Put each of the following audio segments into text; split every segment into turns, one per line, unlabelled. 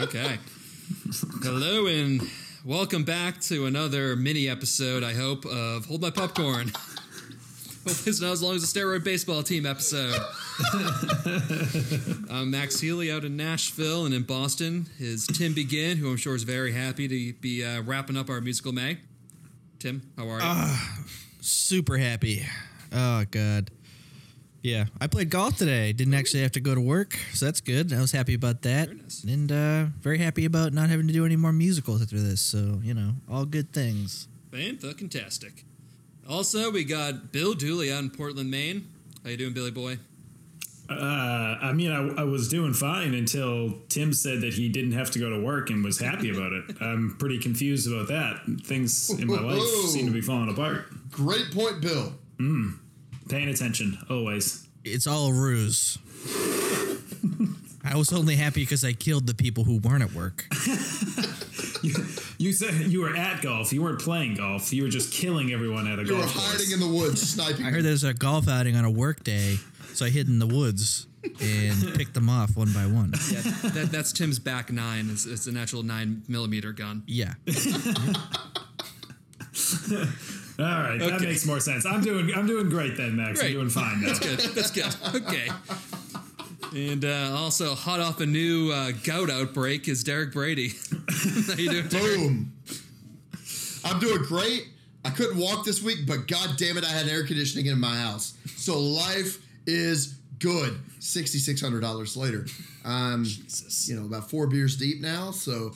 Okay. Hello and welcome back to another mini episode, I hope, of Hold My Popcorn. Hope it's not as long as the steroid baseball team episode. I'm Max Healy out in Nashville and in Boston is Tim Begin, who I'm sure is very happy to be uh, wrapping up our musical May. Tim, how are you?
Super happy. Oh god. Yeah, I played golf today. Didn't actually have to go to work, so that's good. I was happy about that,
Very nice.
and uh, very happy about not having to do any more musicals after this. So you know, all good things.
Fan fucking tastic. Also, we got Bill Dooley out in Portland, Maine. How you doing, Billy boy?
Uh, I mean, I, I was doing fine until Tim said that he didn't have to go to work and was happy about it. I'm pretty confused about that. Things in my life seem to be falling apart.
Great point, Bill.
Paying attention always.
It's all a ruse. I was only happy because I killed the people who weren't at work.
You said you were at golf. You weren't playing golf. You were just killing everyone at a
You were
golf
hiding
course.
in the woods, sniping.
I heard there's a golf outing on a work day, so I hid in the woods and picked them off one by one.
Yeah, that, that's Tim's back nine. It's, it's an actual nine millimeter gun.
Yeah.
All right, that
Okay.
makes more sense. I'm doing I'm doing great then, Max.
Great.
I'm doing fine now.
Good, that's good. Okay. And uh, also, hot off a new uh, gout outbreak is Derek Brady. How you doing, Derek?
Boom. I'm doing great. I couldn't walk this week, but god damn it, I had air conditioning in my house. So life is good. Sixty six hundred dollars later. Um
Jesus.
you know, about four beers deep now, so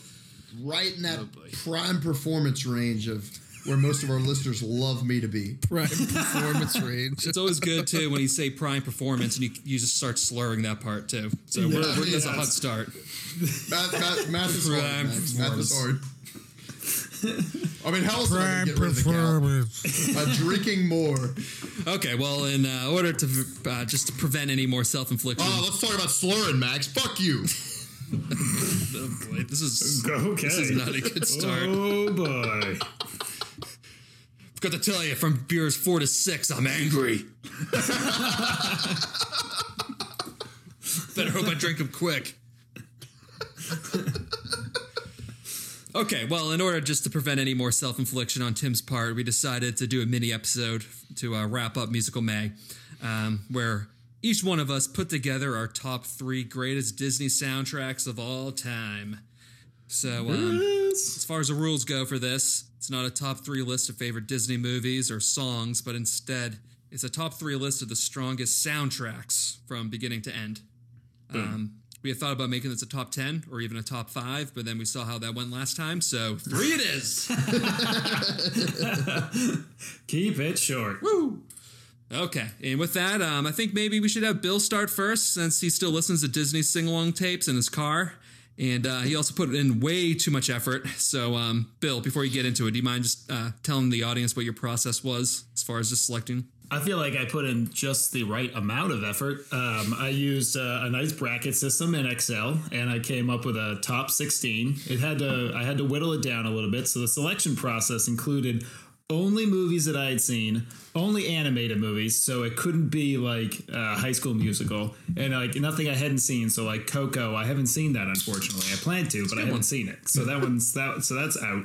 right in that
Oh, boy.
prime performance range of where most of our listeners love me to be.
Prime performance range.
It's always good too when you say prime performance and you, you just start slurring that part too. So we're, we're that's a
Yeah.
hot start.
Math, math, math is hard.
Prime
Max. Math is hard. I mean, how else am I
Prime
going to get rid of the gout?
performance.
By drinking more.
Okay, well, in uh, order to uh, just to prevent any more self infliction,
Oh, let's talk about slurring, Max. Fuck you.
oh boy, this is
Okay.
this is not a good start.
Oh boy.
Got to tell you, from beers four to six, I'm angry. Better hope I drink them quick. okay, well, in order just to prevent any more self infliction on Tim's part, we decided to do a mini episode to uh, wrap up Musical May, um, where each one of us put together our top three greatest Disney soundtracks of all time. So, um, as far as the rules go for this, it's not a top three list of favorite Disney movies or songs, but instead it's a top three list of the strongest soundtracks from beginning to end. Um, we had thought about making this a top 10 or even a top five, but then we saw how that went last time, so three it is.
Keep it short.
okay, and with that, um, I think maybe we should have Bill start first since he still listens to Disney sing along tapes in his car. And uh, he also put in way too much effort. So, um, Bill, before you get into it, do you mind just uh, telling the audience what your process was as far as just selecting?
I feel like I put in just the right amount of effort. Um, I used uh, a nice bracket system in Excel, and I came up with a top sixteen. It had to I had to whittle it down a little bit. So the selection process included only movies that I had seen, only animated movies. So it couldn't be like uh, High School Musical and like nothing I hadn't seen. So like Coco, I haven't seen that unfortunately. I planned to, but I haven't seen it. So that one's that. So that's out.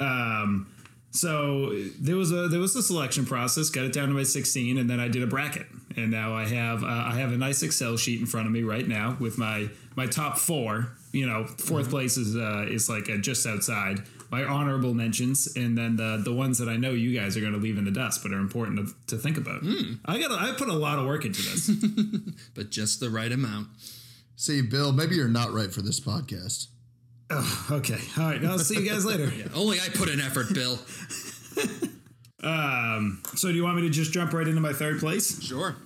Um, so there was a there was a selection process. Got it down to my sixteen, and then I did a bracket, and now I have uh, I have a nice Excel sheet in front of me right now with my my top four. You know, 4th place is uh, is like uh just outside my honorable mentions, and then the the ones that I know you guys are going to leave in the dust, but are important to, to think about. I got I put a lot of work into this.
but just the right amount.
See, Bill, maybe you're not right for this podcast.
okay, all right, I'll see you guys later.
Only I put in effort, Bill.
So, do you want me to just jump right into my third place?
sure.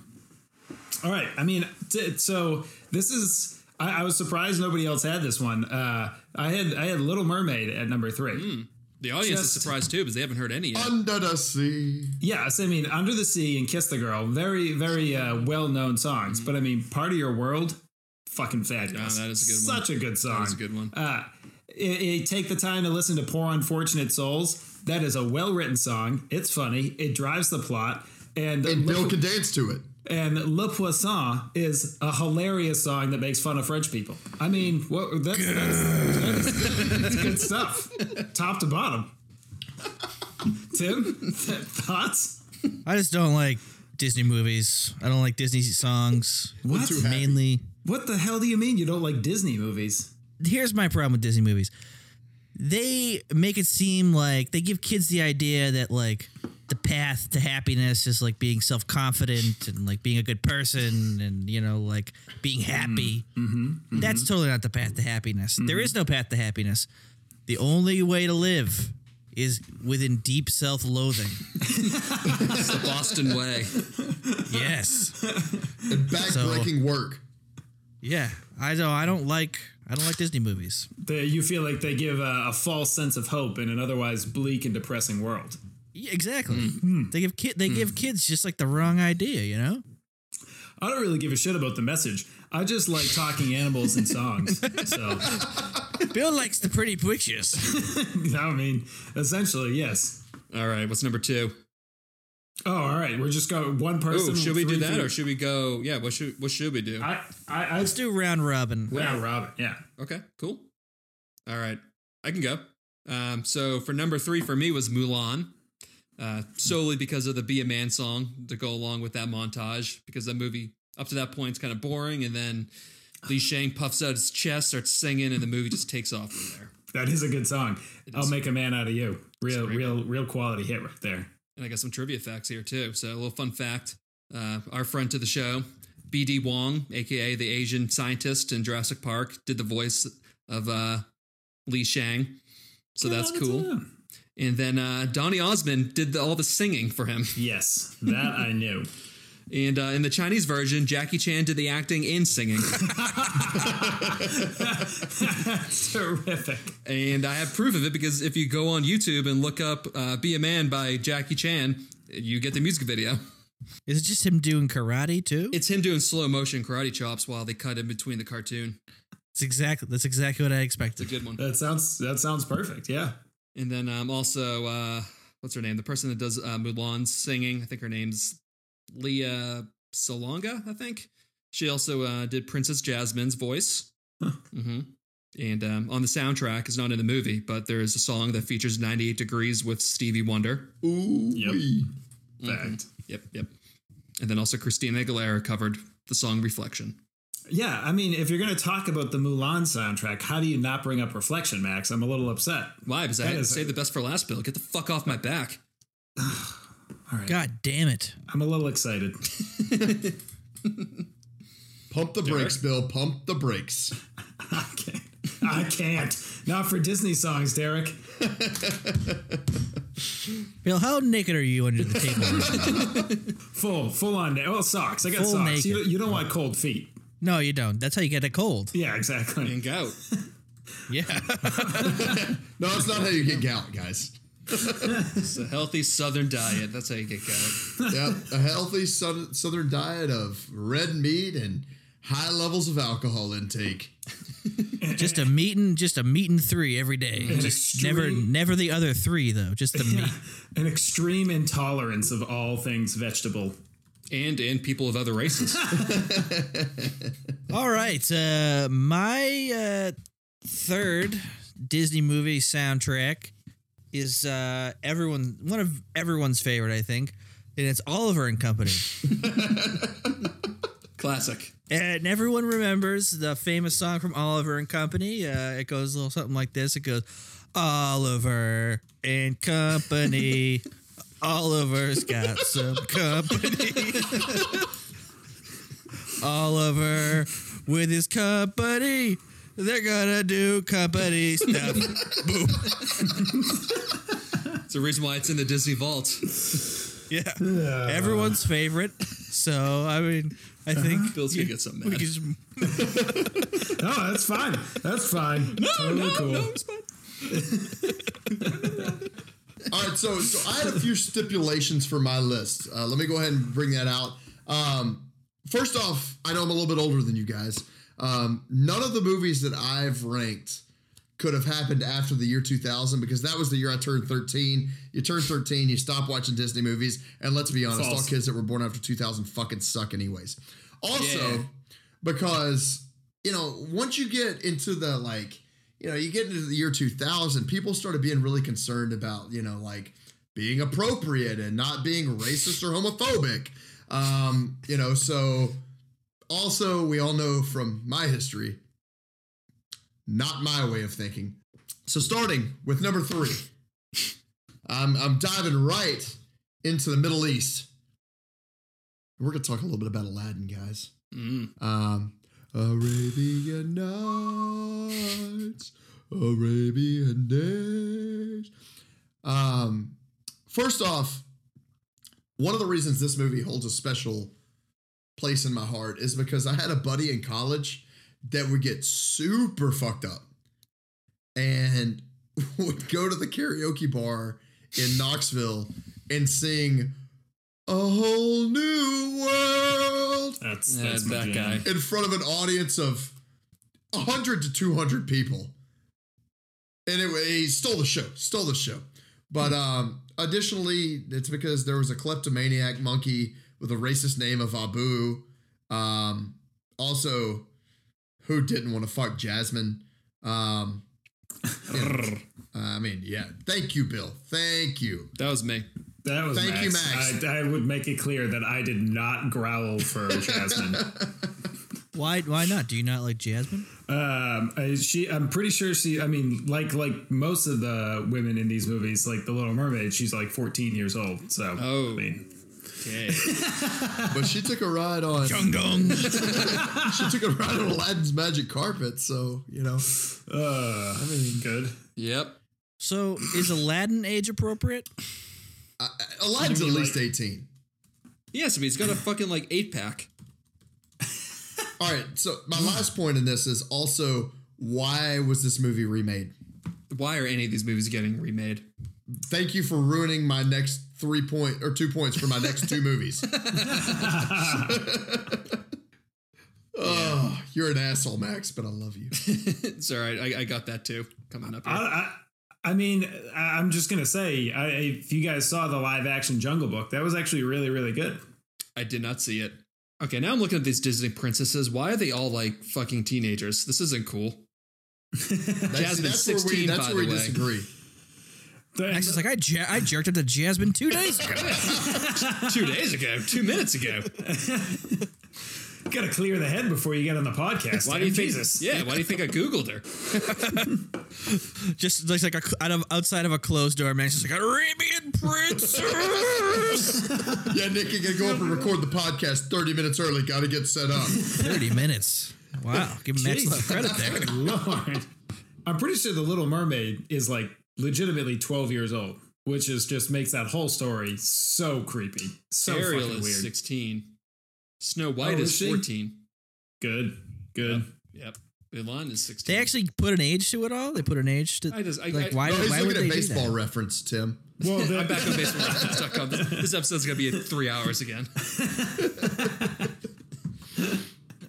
All right. I mean, t- so this is. I, I was surprised nobody else had this one. Uh, I had I had Little Mermaid at number three.
Hmm. The audience is
Just-
surprised too because they haven't heard any yet.
Under the sea.
Yes, I mean Under the Sea and Kiss the Girl, very very uh, well known songs. But I mean, Part of Your World, fucking fabulous.
Hmm. Yeah, that is a good one.
Such a good song.
That was a good one.
it, it- take the time to listen to Poor Unfortunate Souls. That is a well written song. It's funny. It drives the plot. And,
And
Little-
Bill can dance to it.
And Le Poisson is a hilarious song that makes fun of French people. I mean, what, that's, that's, that's, that's good stuff, top to bottom. Tim, th- thoughts?
I just don't like Disney movies. I don't like Disney songs.
What?
too happy.
Mainly.
What the hell do you mean you don't like Disney movies?
here's my problem with Disney movies. They make it seem like they give kids the idea that like the path to happiness is like being self confident and like being a good person and you know like being
Mm-hmm.
happy. That's totally not the path to happiness. There
Mm-hmm.
is no path to happiness. The only way to live is within deep self loathing.
It's the Boston way.
yes.
And backbreaking work.
Yeah. I don't. I don't like. I don't like Disney movies.
They, you feel like they give a, a false sense of hope in an otherwise bleak and depressing world.
Yeah, exactly. They give kid. They give kids just like the wrong idea. You know.
I don't really give a shit about the message. I just like talking animals and songs. So,
Bill likes the pretty pictures.
I mean, essentially, yes.
All right, what's number two?
Oh, all right. We're just going one person.
Oh, should we do
three
that
people.
or should we go? Yeah, what should what should we do?
I, I, I
Let's do round robin.
Yeah, Robin. Yeah.
Okay, cool. All right, I can go. Um, so for number three for me was Mulan, uh, solely because of the "Be a Man" song to go along with that montage. Because that movie up to that point is kind of boring, and then Li Shang puffs out his chest, starts singing, and the movie just takes off from there.
That is a good song. I'll make a man out of you. Real,
great.
real, real quality hit right there.
And I got some trivia facts here too. So a little fun fact: uh, our friend to the show, B.D. Wong, aka the Asian scientist in Jurassic Park, did the voice of uh, Li Shang. So
Good
that's
on
cool.
time.
And then uh, Donny Osmond did the, all the singing for him.
Yes, that I knew.
And uh, in the Chinese version, Jackie Chan did the acting and singing.
That's terrific.
and I have proof of it because if you go on YouTube and look up uh, Be a Man by Jackie Chan, you get the music video.
Is it just him doing karate too?
It's him doing slow motion karate chops while they cut in between the cartoon.
It's exactly that's exactly what I
It's a
expected.
good one.
That sounds. That sounds perfect. Yeah.
And then um, also, uh, what's her name? The person that does uh, Mulan's singing. I think her name's Leah Salonga, I think. She also uh, did Princess Jasmine's voice. hmm And um, on the soundtrack, it's not in the movie, but there is a song that features 98 Degrees with Stevie Wonder. Mm-hmm.
Ooh.
Yep.
wee.
Fact.
Yep, yep. And then also Christina Aguilera covered the song Reflection.
Yeah. I mean, if you're going to talk about the Mulan soundtrack, how do you not bring up Reflection, Max? I'm a little upset.
Why? Because I had to
is-
save the best for last, Bill. Get the fuck off my back.
God damn it.
I'm a little excited.
Pump the brakes, Bill. Pump the brakes.
I can't. I can't. Not for Disney songs, Derek.
Bill, how naked are you under the table?
Full, full on. na- Oh, socks. I got
Full
socks. You,
naked.
you don't want cold feet.
no, you don't. That's how you get a cold.
Yeah, exactly.
And gout.
Yeah.
No, it's not how you get gout, guys.
It's a healthy southern diet. That's how you get gout.
Yeah, a healthy southern, southern diet of red meat and high levels of alcohol intake.
just a meeting, just a meeting three every day. Just never
extreme-
never the other three though. Just the meat.
An extreme intolerance of all things vegetable.
And and people of other races.
All right. Uh, my uh, third Disney movie soundtrack is uh, everyone one of everyone's favorite, I think, and it's Oliver and Company.
Classic.
And everyone remembers the famous song from Oliver and Company. Uh, it goes a little something like this. It goes, Oliver and Company. Oliver's got some company. Oliver with his company. They're gonna do company stuff.
It's the reason why it's in the Disney vault.
Yeah. Everyone's favorite. So, I mean, I think
Bill's gonna get something
we
mad.
could just
No, Oh, that's fine. That's fine. No, totally cool.
All right, so so I had a few stipulations for my list. Uh, let me go ahead and bring that out. Um, first off, I know I'm a little bit older than you guys. Um, none of the movies that I've ranked could have happened after the year 2000 because that was the year I turned 13. You turn 13, you stop watching Disney movies, and let's be honest,
False.
all kids that were born after 2000 fucking suck anyways. Also,
Yeah.
because you know, once you get into the like, you know, you get into the year 2000, people started being really concerned about, you know, like being appropriate and not being racist or homophobic. Um, you know, so also we all know from my history not my way of thinking. So starting with number three, I'm I'm diving right into the Middle East. We're gonna talk a little bit about Aladdin, guys. Um, Arabian Nights, Arabian Days. Um, first off, one of the reasons this movie holds a special place in my heart is because I had a buddy in college that would get super fucked up and would go to the karaoke bar in Knoxville and sing a whole new world
That's
Yeah,
that's my
that
jam.
guy.
in front of an audience of 100 to 200 people. Anyway, he stole the show, stole the show. But um, additionally, it's because there was a kleptomaniac monkey with a racist name of Abu. Um, also, who didn't want to fuck Jasmine? Um, you know, I mean, yeah. Thank you, Bill. Thank you.
That was me.
That was
Thank
Max.
you, Max.
I, I would make it clear that I did not growl for Jasmine.
Why? Why not? Do you not like Jasmine?
Um, I, she, I'm pretty sure she. I mean, like like most of the women in these movies, like the Little Mermaid, she's like 14 years old. So,
Oh.
I mean,
Okay.
But she took a ride on
Dung dung.
she took a ride on Aladdin's magic carpet, so you know.
uh, I mean, good.
yep.
So is Aladdin age appropriate?
Uh,
Aladdin's
You
at
mean
least
like-
18.
Yes, but he's got a fucking like eight pack.
All right, so my last point in this is also why was this movie remade?
Why are any of these movies getting remade?
Thank you for ruining my next three point or two points for my next two movies. oh, you're an asshole, Max, but I love you.
it's all right. I, I got that too. Coming up.
I,
Here.
I, I mean, I, I'm just gonna say, I, if you guys saw the live action Jungle Book, that was actually really really good.
I did not see it. Okay, now I'm looking at these Disney princesses. Why are they all like fucking teenagers? This isn't cool.
That's,
Jasmine's
that's where we,
16,
that's
by
where we
the way.
disagree.
The-
Max is like I. Ja- I jerked up to Jasmine two days ago.
two days ago, two minutes ago.
gotta clear the head before you get on the podcast.
Why
Why
do you think?
Jesus?
Yeah, why do you think I googled her?
Just looks like a, cl- out of outside of a closed door. Max is like Arabian princess.
Yeah, Nick, you gotta go up and record the podcast 30 minutes early. Gotta get set up.
Thirty minutes. Wow, give Max a lot of credit there.
Lord. I'm pretty sure the Little Mermaid is like legitimately 12 years old, which is just makes that whole story so creepy, so
Ariel
fucking
is
weird.
16. Snow White
Oh, is
is
she?
14.
Good, good.
Yep. Mulan is 16.
They actually put an age to it all. They put an age to.
I just- I-
like
I-
why?
No, he's
why would
looking
they
at
do
baseball
that?
reference, Tim.
Well, the,
I'm back on baseballreference.com. This, this episode's going to be three hours again.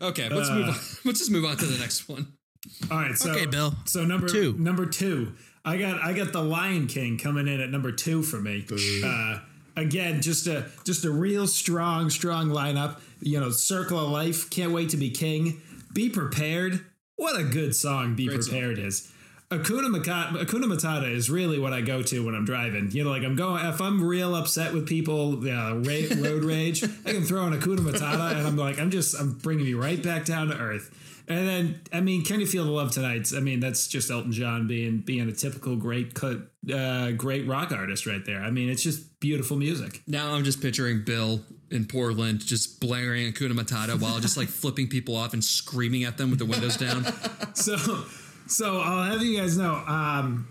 okay, let's move
Uh.
on. Let's just move on to the next one.
all right. So,
Okay, Bill.
So number
Two.
number two, I got I got the Lion King coming in at number two for me. Uh, again, just a just a real strong strong lineup. You know, Circle of Life. Can't wait to be king. Be prepared. What a good song. Be
Great song.
prepared is. Akuna Matata, Akuna Matata is really what I go to when I'm driving. You know, like I'm going, if I'm real upset with people, uh, ra- road rage, I can throw on Akuna Matata and I'm like, I'm just, I'm bringing you right back down to earth. And then, I mean, Can You Feel the Love Tonight? I mean, that's just Elton John being being a typical great, cut- uh, great rock artist right there. I mean, it's just beautiful music.
Now I'm just picturing Bill in Portland just blaring Akuna Matata while just like flipping people off and screaming at them with the windows down.
So, so I'll have you guys know. Um,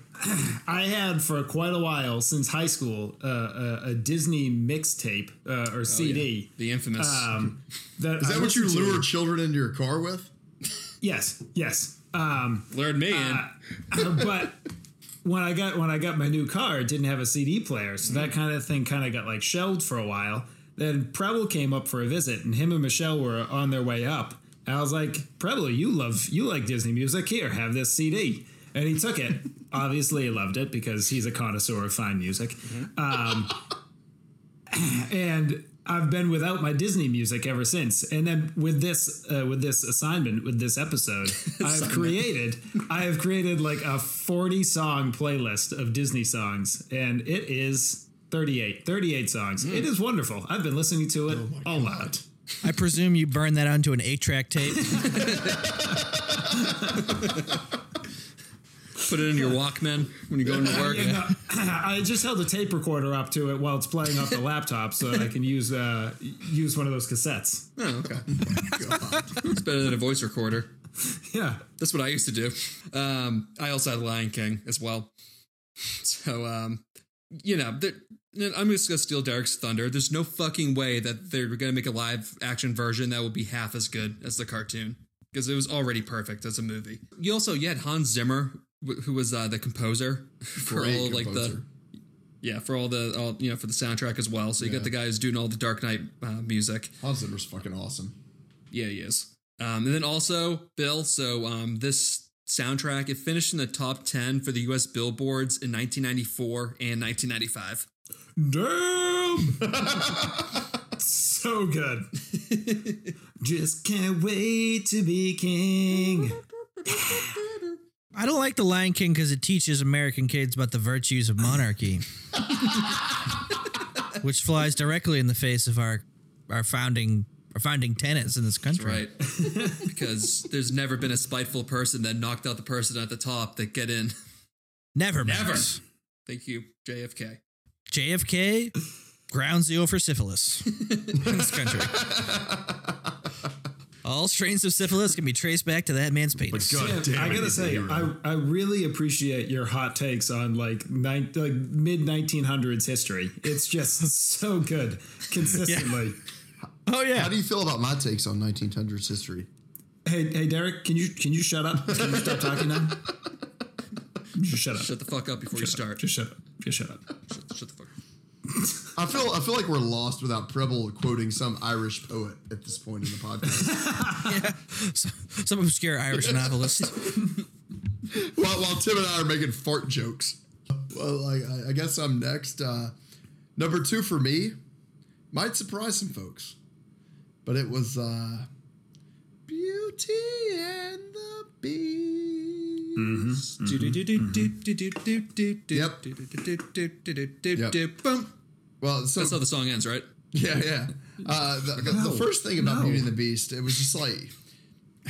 I had for quite a while since high school uh, a, a Disney mixtape uh, or CD.
The infamous.
Um,
Oh, Is that
I
what you
listened to-
lure children into your car with?
Yes, yes. Um,
Lured me in.
Uh, but when I got when I got my new car, it didn't have a CD player, so that kind of thing kind of got like shelved for a while. Then Preble came up for a visit, and him and Michelle were on their way up. And I was like, Preble, you love you like Disney music. Here, have this CD. and he took it. Obviously, he loved it because he's a connoisseur of fine music. Um, and I've been without my Disney music ever since. And then with this, uh, with this assignment, with this episode, I've created, I have created like a forty-song playlist of Disney songs, and it is. 38 38 songs it is wonderful i've been listening to it a lot
I presume you burned that onto an eight track tape.
Put it in your Walkman when you're going to work.
Yeah, no, uh, I just held a tape recorder up to it while it's playing off the laptop, so that I can use uh, use one of those cassettes.
Oh, okay. It's better than a voice recorder.
Yeah,
That's what I used to do. Um, I also had Lion King as well. So, um, you know, there- I'm just going to steal Derek's thunder. There's no fucking way that they're going to make a live action version that will be half as good as the cartoon because it was already perfect as a movie. You also, you had Hans Zimmer, wh- who was uh, the composer for
Great
all like the
composer.
yeah for all the all you know for the soundtrack as well. So you got the guy who's doing all the Dark Knight uh, music.
Hans Zimmer's fucking awesome.
Yeah, he is. Um, and then also Bill. So um, this soundtrack it finished in the top ten for the U.S. billboards in 1994 and 1995.
damn, so good. just can't wait to be king.
I don't like The Lion King because it teaches American kids about the virtues of monarchy, which flies directly in the face of our our founding our founding tenets in this country.
Right, because there's never been a spiteful person that knocked out the person at the top that get in.
Never,
Never.
Max.
Thank you, JFK.
JFK, ground zero for syphilis in this country. All strains of syphilis can be traced back to that man's penis.
God
I gotta
he's a
say,
hero.
I, I really appreciate your hot takes on like, nine like mid 1900s history. It's just so good consistently.
Oh
How
yeah,
do you feel about my takes on 1900s history?
Hey, hey, Derek, can you can you shut up? Can you stop talking now? Just shut up.
Shut the fuck up before you start.
Just shut up. Just shut up.
Shut, shut the fuck. up.
I feel I feel like we're lost without Preble quoting some Irish poet at this point in the podcast.
some obscure Irish novelist.
while, while Tim and I are making fart jokes. Well, I, I- I guess I'm next. Uh, number two for me might surprise some folks, but it was uh, Beauty and the Beast.
Mm-hmm.
Yep. Yep.
Boom.
Well, so
That's how the song ends, right?
Yeah, yeah. Uh, the, the- the first thing about Beauty and the Beast, it was just like,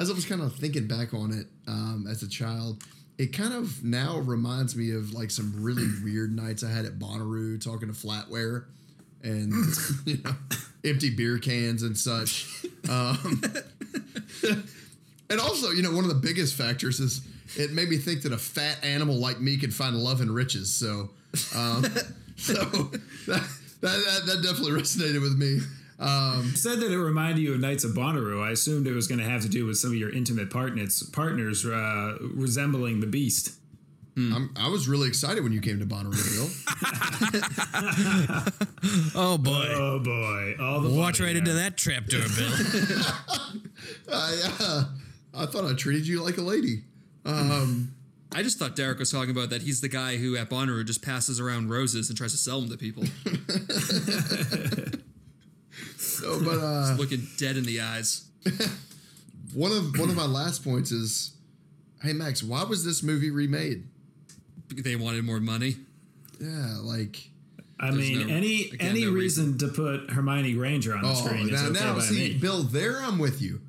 as I was kind of thinking back on it um, as a child, it kind of now reminds me of like some really weird nights I had at Bonnaroo talking to flatware and you know empty beer cans and such. Um, and also, you know, one of the biggest factors is it made me think that a fat animal like me could find love and riches. So, um, so that, that, that, that definitely resonated with me. Um,
You said that it reminded you of Knights of Bonnaroo. I assumed it was going to have to do with some of your intimate partners, partners uh, resembling the Beast.
I'm, I was really excited when you came to Bonnaroo. Bill.
Oh boy,
Oh boy! All the
watch
body
right
hair.
into that trapdoor, Bill.
I, uh, I thought I treated you like a lady. Um,
I just thought Derek was talking about that he's the guy who at Bonnaroo just passes around roses and tries to sell them to people,
so, but uh,
looking dead in the eyes.
one of one of my last points is, hey Max, why was this movie remade?
They wanted more money.
Yeah, like
I
There's
mean,
no-
any
again,
any
no
reason, to put Hermione Granger on the
oh,
screen is
now,
okay
now
by
see,
me.
Bill, there I'm with you.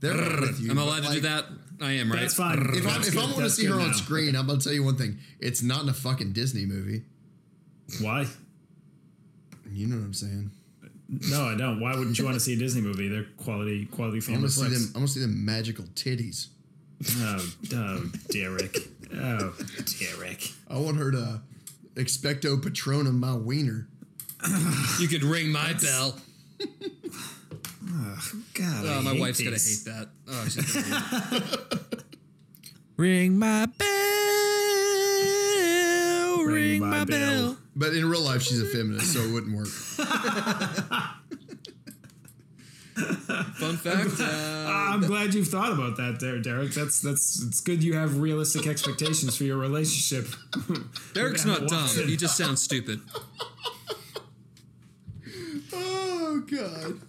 There I'm with you.
I'm
but,
allowed to do
like,
that. I am right.
That's fine.
If I'm,
That's
if
good.
I'm going to
That's
see her
good
on
now.
screen, I'm going to tell you one thing: it's not in a fucking Disney movie.
why?
You know what I'm saying?
No, I don't. Why wouldn't you want to see a Disney movie? They're quality quality
I'm
family
going to see them.
flicks.
I'm going to see them magical titties.
Oh, oh, Derek. Oh, Derek.
I want her to expecto patronum my wiener.
You could ring my bell.
God,
Oh,
I
my
hate
wife's gonna hate
these.
that. Oh, she's gonna hate it.
Ring my bell. Ring, my, bell.
But in real life, she's a feminist, so it wouldn't work.
Fun fact. Uh,
I'm glad you've thought about that, there, Derek. That's that's it's good you have realistic expectations for your relationship.
Derek's
Emma
not dumb.
Watson.
He just sounds stupid.
Oh god.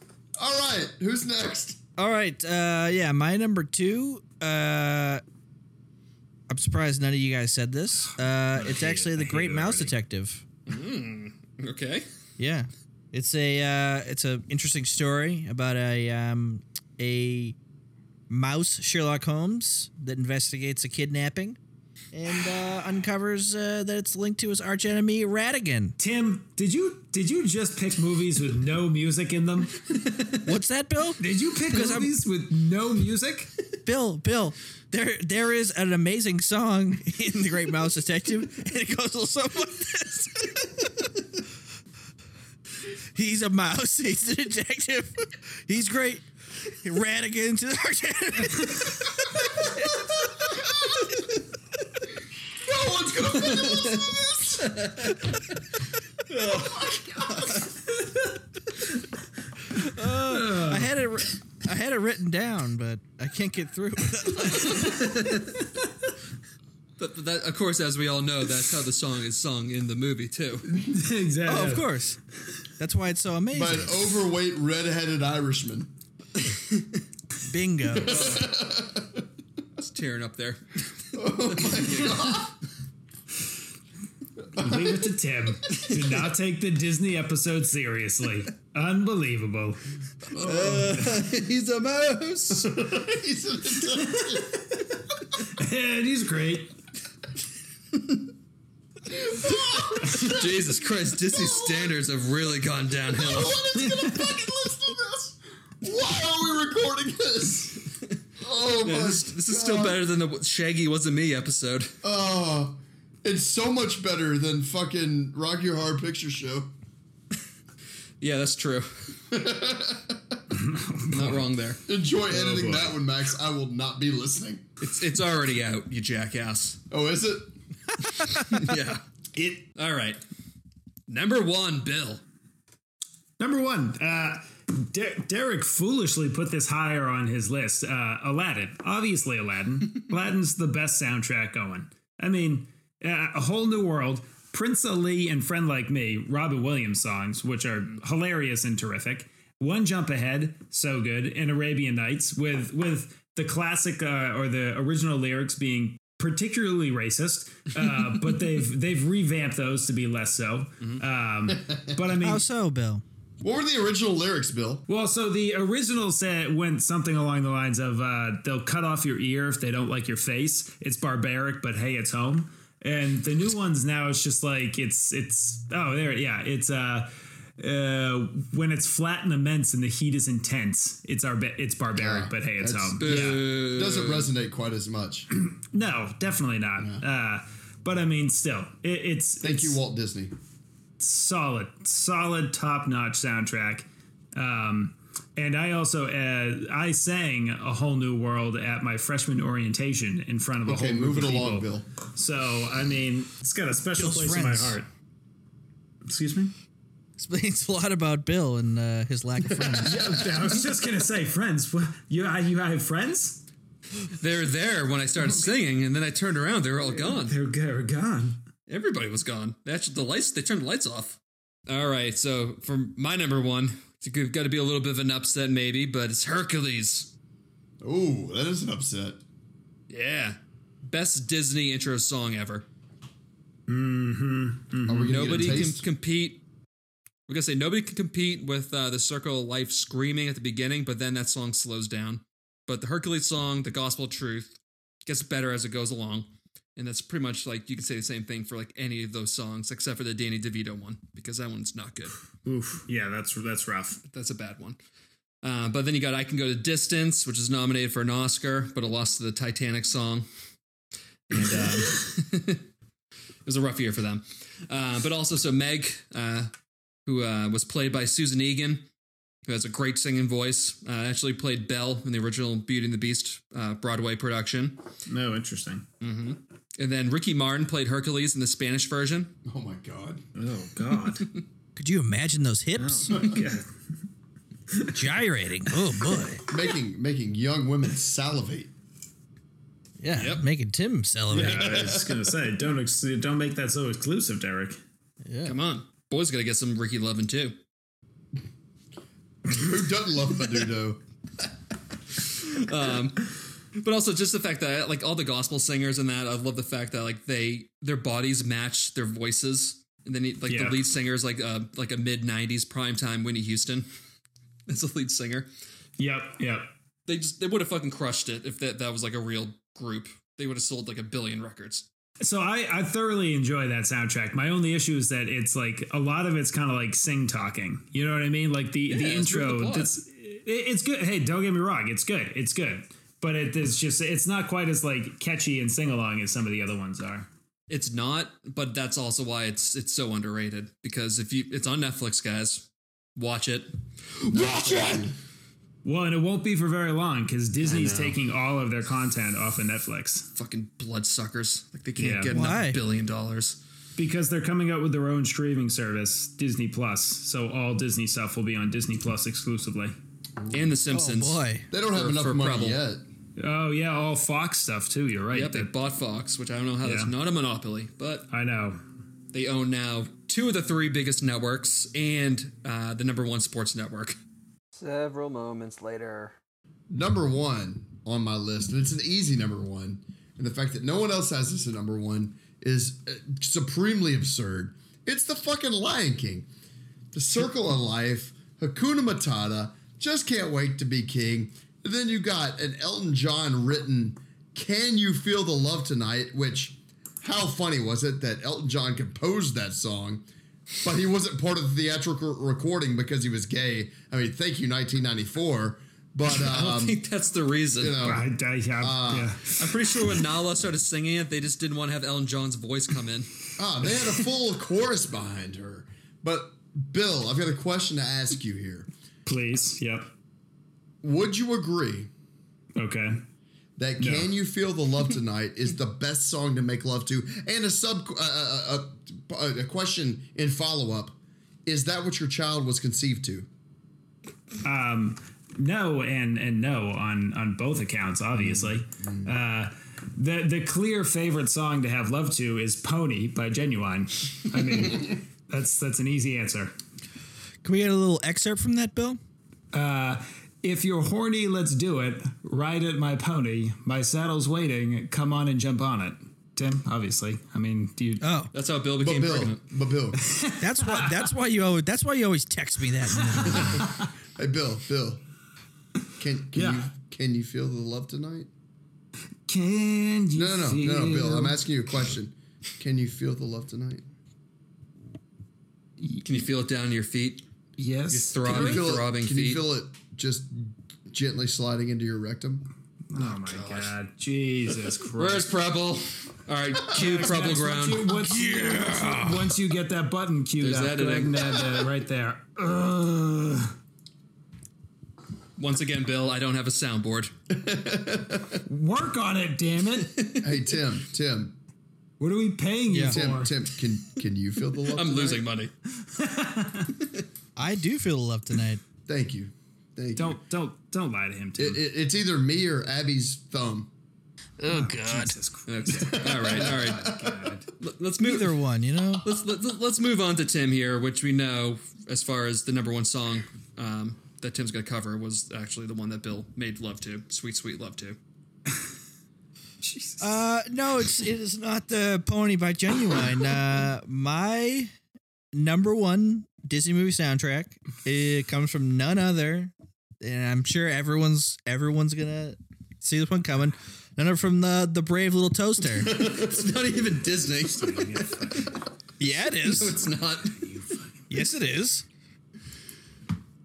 All right, who's next?
All right. Uh, yeah, my number two. Uh, I'm surprised none of you guys said this. Uh, it's
hate
actually
it.
the
I hate
Great
it
Mouse
already.
Detective.
Okay.
Yeah, it's a uh, it's a interesting story about a um, a mouse Sherlock Holmes that investigates a kidnapping and uh, uncovers uh, that it's linked to his archenemy Radigan.
Tim, did you did you just pick movies with no music in them?
What's that, Bill?
Did you pick
I'm-
movies with no music?
Bill, Bill, there there is an amazing song in The Great Mouse Detective, and it goes a little something like this. He's a mouse. He's a detective. He's great. He ran again to the
No one's gonna fucking listen to this.
I had it. wri- I had it written down, but I can't get through.
But, but that, of course, as we all know, that's how the song is sung in the movie too.
exactly.
Oh, of course. That's why it's so amazing.
By an overweight red-headed Irishman.
Bingo.
It's tearing up there.
Leave it to Tim. Do not take the Disney episode seriously. Unbelievable.
He's a mouse.
He's a detective.
And he's great.
Jesus Christ, Disney standards have really gone
No
downhill.
one is gonna fucking listen to this. Why are we recording this? Oh my!
This, this is still better than the Shaggy wasn't me episode.
Oh, it's so much better than fucking Rock Your Hard Picture Show.
Yeah, that's true. not wrong there.
Enjoy editing
Oh, boy.
that one, Max. I will not be listening.
It's it's already out, you jackass.
Oh, is it?
Yeah. It. All right. Number one, Bill.
Number one, uh, Der- Derek foolishly put this higher on his list. Uh, Aladdin, obviously Aladdin. Aladdin's the best soundtrack going. I mean, uh, a whole new world. Prince Ali and Friend Like Me, Robin Williams songs, which are hilarious and terrific. One Jump Ahead, so good, and Arabian Nights with with the classic uh, or the original lyrics being particularly racist, uh, but they've they've revamped those to be less so. Um, but I mean,
How so, Bill?
What were the original lyrics, Bill?
well, so the original set went something along the lines of uh, they'll cut off your ear if they don't like your face. It's barbaric, but hey, it's home. And the new ones now it's just like it's it's oh there yeah it's uh, uh when it's flat and immense and the heat is intense it's our it's barbaric
Yeah,
but hey it's
that's-
home
Boo.
Uh,
Doesn't resonate quite as much.
no definitely not uh but I mean still it, it's
Thank
it's
you, Walt Disney.
solid, solid, top notch soundtrack. Um, and I also uh, I sang a whole new world at my freshman orientation in front of a
Okay,
whole
move
group
it
of people.
along, Bill.
So I mean, it's got a special
Bill's
place
friends.
in my heart. Excuse me.
Explains a lot about Bill and uh, his lack of friends.
I was just gonna say, friends. What, you I, you I have friends?
They were there when I started singing, and then I turned around. They were all gone.
They're, they're gone.
Everybody was gone. They actually, the lights, they turned the lights off. All right, so for my number one, it's got to be a little bit of an upset maybe, but it's Hercules.
Oh, that is an upset.
Yeah. Best Disney intro song ever.
Are we gonna
Mm-hmm. Nobody
get a
can
taste?
compete. We're going to say nobody can compete with uh, the Circle of Life screaming at the beginning, but then that song slows down. But the Hercules song, The Gospel of Truth, gets better as it goes along. And that's pretty much like you can say the same thing for like any of those songs except for the Danny DeVito one because that one's not good.
Oof. Yeah, that's that's rough.
that's a bad one. Uh, but then you got I Can Go to Distance, which is nominated for an Oscar, but it lost to the Titanic song. And um, it was a rough year for them. Uh, but also, so Meg, uh, who uh, was played by Susan Egan, who has a great singing voice, uh, actually played Belle in the original Beauty and the Beast uh, Broadway production.
No, interesting.
And then Ricky Martin played Hercules in the Spanish version.
Oh my god.
Oh God.
Could you imagine those hips?
Yeah.
Gyrating. Oh boy.
making making young women salivate.
Yeah. Making Tim celebrate.
I was just gonna say, don't ex- don't make that so exclusive, Derek.
Come on. Boy's got to get some Ricky loving too.
Who doesn't love Madudo?
Um, But also just the fact that like all the gospel singers and that, I love the fact that like they their bodies match their voices. And then he- like the
Yeah.
lead singer is like uh like a mid '90s primetime Whitney Houston. That's the lead singer.
Yep, yep.
They just they would have fucking crushed it if that that was like a real group. They would have sold like a billion records.
So I, I thoroughly enjoy that soundtrack. My only issue is that it's like a lot of it's kind of like sing talking. You know what I mean? Like the the
it's really
intro.
the plot.
that's it, it's good. Hey, don't get me wrong. It's good. It's good. But it is just it's not quite as like catchy and sing along as some of the other ones are.
It's not, but that's also why it's it's so underrated because if you it's on Netflix, guys, watch it.
Watch it.
Well, and it won't be for very long because Disney's taking all of their content off of Netflix
Fucking bloodsuckers, like they can't
Yeah.
get
Why?
enough billion dollars.
because they're coming out with their own streaming service, Disney Plus. So all Disney stuff will be on Disney Plus exclusively.
and The Simpsons.
Oh boy.
They don't have
For-
enough
for
money
Preble.
yet.
Oh yeah, all Fox stuff too. You're right.
Yep, they
That-
bought Fox, which I don't know how that's
Yeah.
not a monopoly, but
I know.
they own now two of the three biggest networks and uh, the number one sports network.
Several moments later.
Number one on my list, and it's an easy number one. And the fact that no one else has this at number one is uh, supremely absurd. It's the fucking Lion King. The circle of life, Hakuna Matata, just can't wait to be king. And then you got an Elton John written, Can You Feel the Love Tonight? Which, how funny was it that Elton John composed that song, but he wasn't part of the theatrical recording because he was gay? I mean, thank you, 1994. But,
I
um,
think that's the reason.
you know,
I, I, yeah,
Uh,
yeah.
I'm pretty sure when Nala started singing it, they just didn't want to have Ellen John's voice come in.
Ah, they had a full chorus behind her. But Bill, I've got a question to ask you here.
Please. Yep.
Would you agree
Okay.
that "Can You Feel the Love Tonight" is the best song to make love to? And a sub uh, uh, uh, a question in follow up: Is that what your child was conceived to?
No and and no on on both accounts, obviously.
Mm-hmm.
Uh, the the clear favorite song to have love to is "Pony" by Genuine. I mean, that's that's an easy answer.
Can we get a little excerpt from that, Bill?
If you're horny, let's do it. Ride at my pony. My saddle's waiting. Come on and jump on it. Tim, obviously. I mean, do you?
Oh,
That's how Bill
But
became
Bill,
pregnant.
but Bill,
that's why. That's why you always. That's why you always text me that.
hey Bill, Bill, can can you
Yeah.
can you feel the love tonight?
Can you?
No, no, no, no, no, Bill. I'm
feel-
asking you a question. Can you feel the love tonight?
Can you feel it down to your feet?
yes.
Your throbbing,
Can you feel it-
throbbing
can
feet.
you feel it just gently sliding into your rectum?
Oh my God, Jesus Christ.
Where's Preble? All right, cue Preble
Next, once you-
ground.
Once you, once you, once you get that button queued
There's
up,
that
go ahead
in
and add that right there. Ugh.
Once again, Bill, I don't have a soundboard.
work on it, damn it.
Hey Tim, Tim,
What are we paying you
Tim,
for?
Tim, can can you feel the love?
I'm
tonight?
losing money.
I do feel love tonight.
Thank you, thank you.
Don't don't don't lie to him, Tim.
It, it, it's either me or Abby's thumb.
Oh God.
Jesus Christ.
Okay. All right, all right.
God.
L- Let's move.
Either one, you know.
let's let, us let us move on to Tim here, which we know as far as the number one song um, that Tim's going to cover was actually the one that Bill made love to, sweet sweet love to.
Jesus.
Uh, no, it's it is not the Pony by Genuine. Uh, my number one Disney movie soundtrack. It comes from none other, and I'm sure everyone's everyone's gonna see this one coming. None other from the the Brave Little Toaster.
It's not even Disney.
yeah, it is.
it's not.
Yes, it is.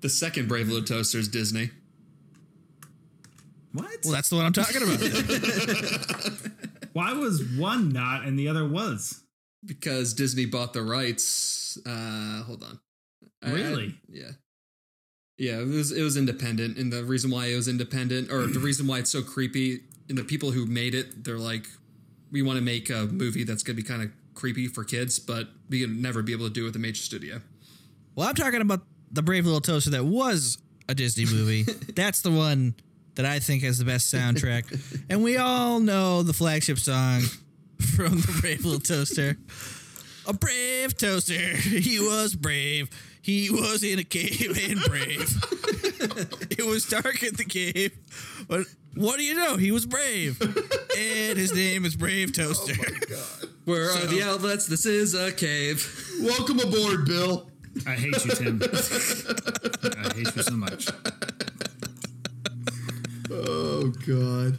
The second Brave Little Toaster is Disney.
what?
Well, that's the one I'm talking about.
Why was one not and the other was?
because Disney bought the rights. Uh, hold on. I- I-
Really?
yeah. Yeah, it was it was independent, and the reason why it was independent, or the reason why it's so creepy, and the people who made it, they're like, we want to make a movie that's gonna be kind of creepy for kids, but we can never be able to do it with a major studio.
well, I'm talking about the Brave Little Toaster that was a Disney movie. That's the one that I think has the best soundtrack. and we all know the flagship song from the Brave Little Toaster. A brave toaster. He was brave. He was in a cave and brave. it was dark in the cave, but what do you know? He was brave. and his name is Brave Toaster.
Where are the outlets? This is a cave.
Welcome aboard, Bill.
I hate you, Tim. I hate you so much.
Oh God.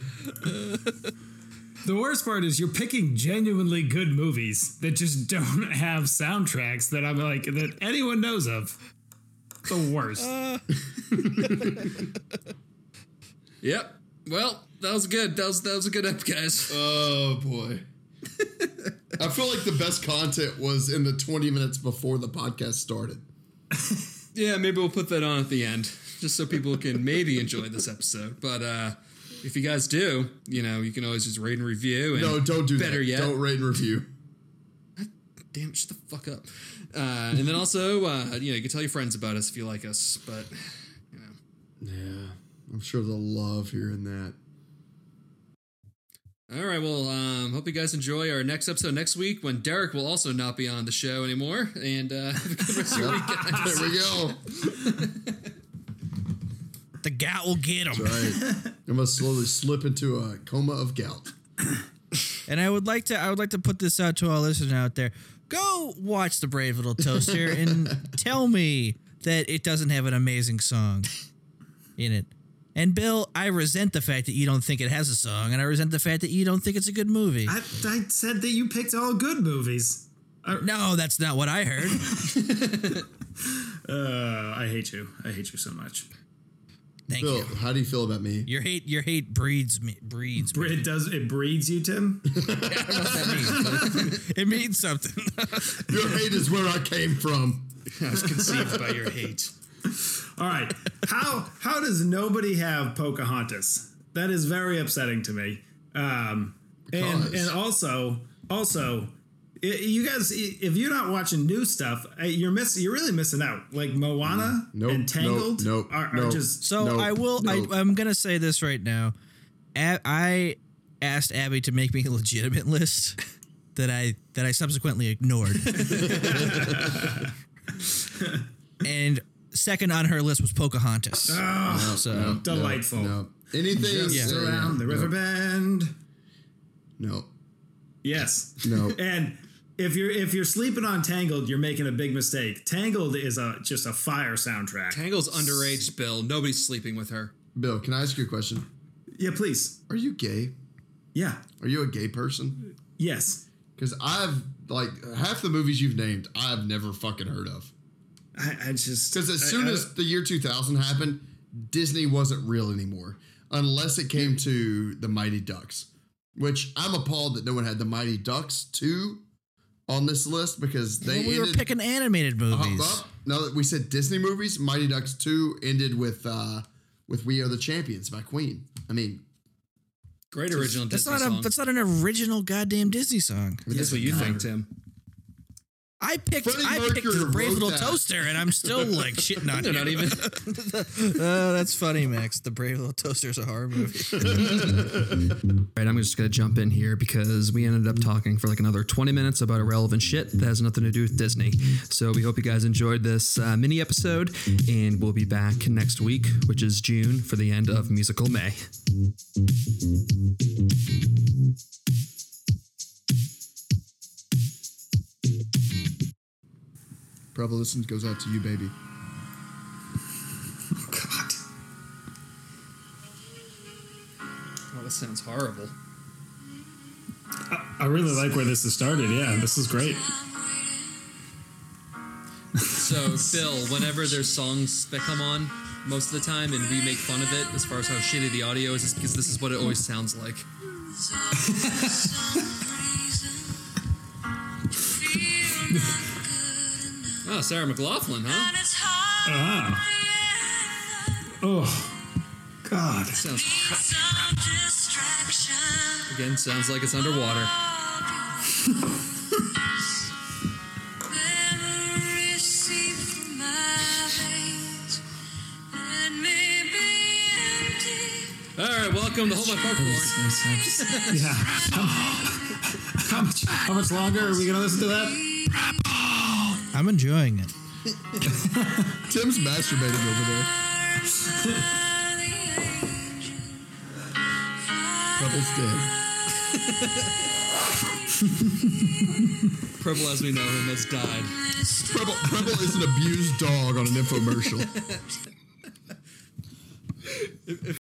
The worst part is you're picking genuinely good movies that just don't have soundtracks that I'm like that anyone knows of. The worst.
Yep. Well, that was good. That was that was a good ep, guys.
Oh boy. I feel like the best content was in the 20 minutes before the podcast started.
Yeah, maybe we'll put that on at the end, just so people can maybe enjoy this episode. But uh if you guys do, you know, you can always just rate and review. And
No, don't do
better
that.
Yet,
Don't rate and review.
damn, shut the fuck up. Uh, and then also, uh, you know, you can tell your friends about us if you like us. But
Yeah. I'm sure they'll love hearing that.
all right, well, um, hope you guys enjoy our next episode next week when Derek will also not be on the show anymore. And uh, have a good rest of your week, guys.
There we go.
The gout will get him.
Right. I'm gonna slowly slip into a coma of gout.
And I would like to I would like to put this out to all listeners out there. Go watch the Brave Little Toaster and tell me that it doesn't have an amazing song in it. And Bill, I resent the fact that you don't think it has a song, and I resent the fact that you don't think it's a good movie.
I, I said that you picked all good movies.
no, that's not what I heard.
Uh, I hate you. I hate you so much.
Thank
Bill,
you.
how do you feel about me?
Your hate your hate breeds me breeds me.
It does. It breeds you, Tim.
It means something.
Your hate is where I came from.
conceived by your hate.
All right. How how does nobody have Pocahontas? That is very upsetting to me. Um, and
Because-
and also also, i you guys, i- if you're not watching new stuff, uh, you're miss you're really missing out. Like Moana
Mm, Nope,
and Tangled
nope, nope,
are, are
nope.
just
So
Nope,
I will.
nope.
I, I'm gonna say this right now. A- I asked Abby to make me a legitimate list that I that I subsequently ignored. and second on her list was Pocahontas.
Ah,
so
delightful.
Oh, No. Anything
Just
yeah,
around the river bend.
No.
Yes.
No.
And if you're if you're sleeping on Tangled, you're making a big mistake. Tangled is a just a fire soundtrack.
Tangle's underage, Bill. Nobody's sleeping with her.
Bill, can I ask you a question?
yeah, please.
Are you gay?
Yeah.
Are you a gay person?
Yes.
Because I've like half the movies you've named, I've never fucking heard of.
I, I just
Because as
I-
soon
I-
as the year 2000 happened, Disney wasn't real anymore, unless it came to the Mighty Ducks, which I'm appalled that no one had the Mighty Ducks two on this list because they Uh-huh,
Well, we were
ended.
picking animated
Hop
movies.
up. Now that we said Disney movies, Mighty Ducks two ended with uh with We Are the Champions by Queen. I mean,
Great original
That's
Disney
not a.
song.
That's not an original goddamn Disney song.
That's what you think, Tim.
I picked.
Freddie
I picked
Mercury
the Brave
wrote
Little
that.
Toaster, and I'm still like shitting on
They're
you.
not even.
Uh, that's funny, Max. The Brave Little Toaster is a horror movie.
Right, I'm just gonna jump in here because we ended up talking for like another 20 minutes about irrelevant shit that has nothing to do with Disney. So we hope you guys enjoyed this uh, mini episode, and we'll be back next week, which is June, for the end of musical May.
Probably listens goes out to you, baby.
God.
Oh, this sounds horrible.
I really like where this has started. Yeah, this is great.
So, Phil, whenever there's songs that come on, most of the time, and we make fun of it as far as how shitty the audio is, is because this is what it always sounds like. Oh, Sarah McLaughlin, huh?
Ah. Oh. God.
Sounds Again, sounds like it's underwater.
Memories seep through my veins and
welcome to Hold My Parkour.
yeah. How, how much, how much longer are we going to listen to that?
I'm enjoying it.
Tim's masturbating over there. Rebel's dead.
Purple, as we know him, has died.
Rebel, Rebel is an abused dog on an infomercial.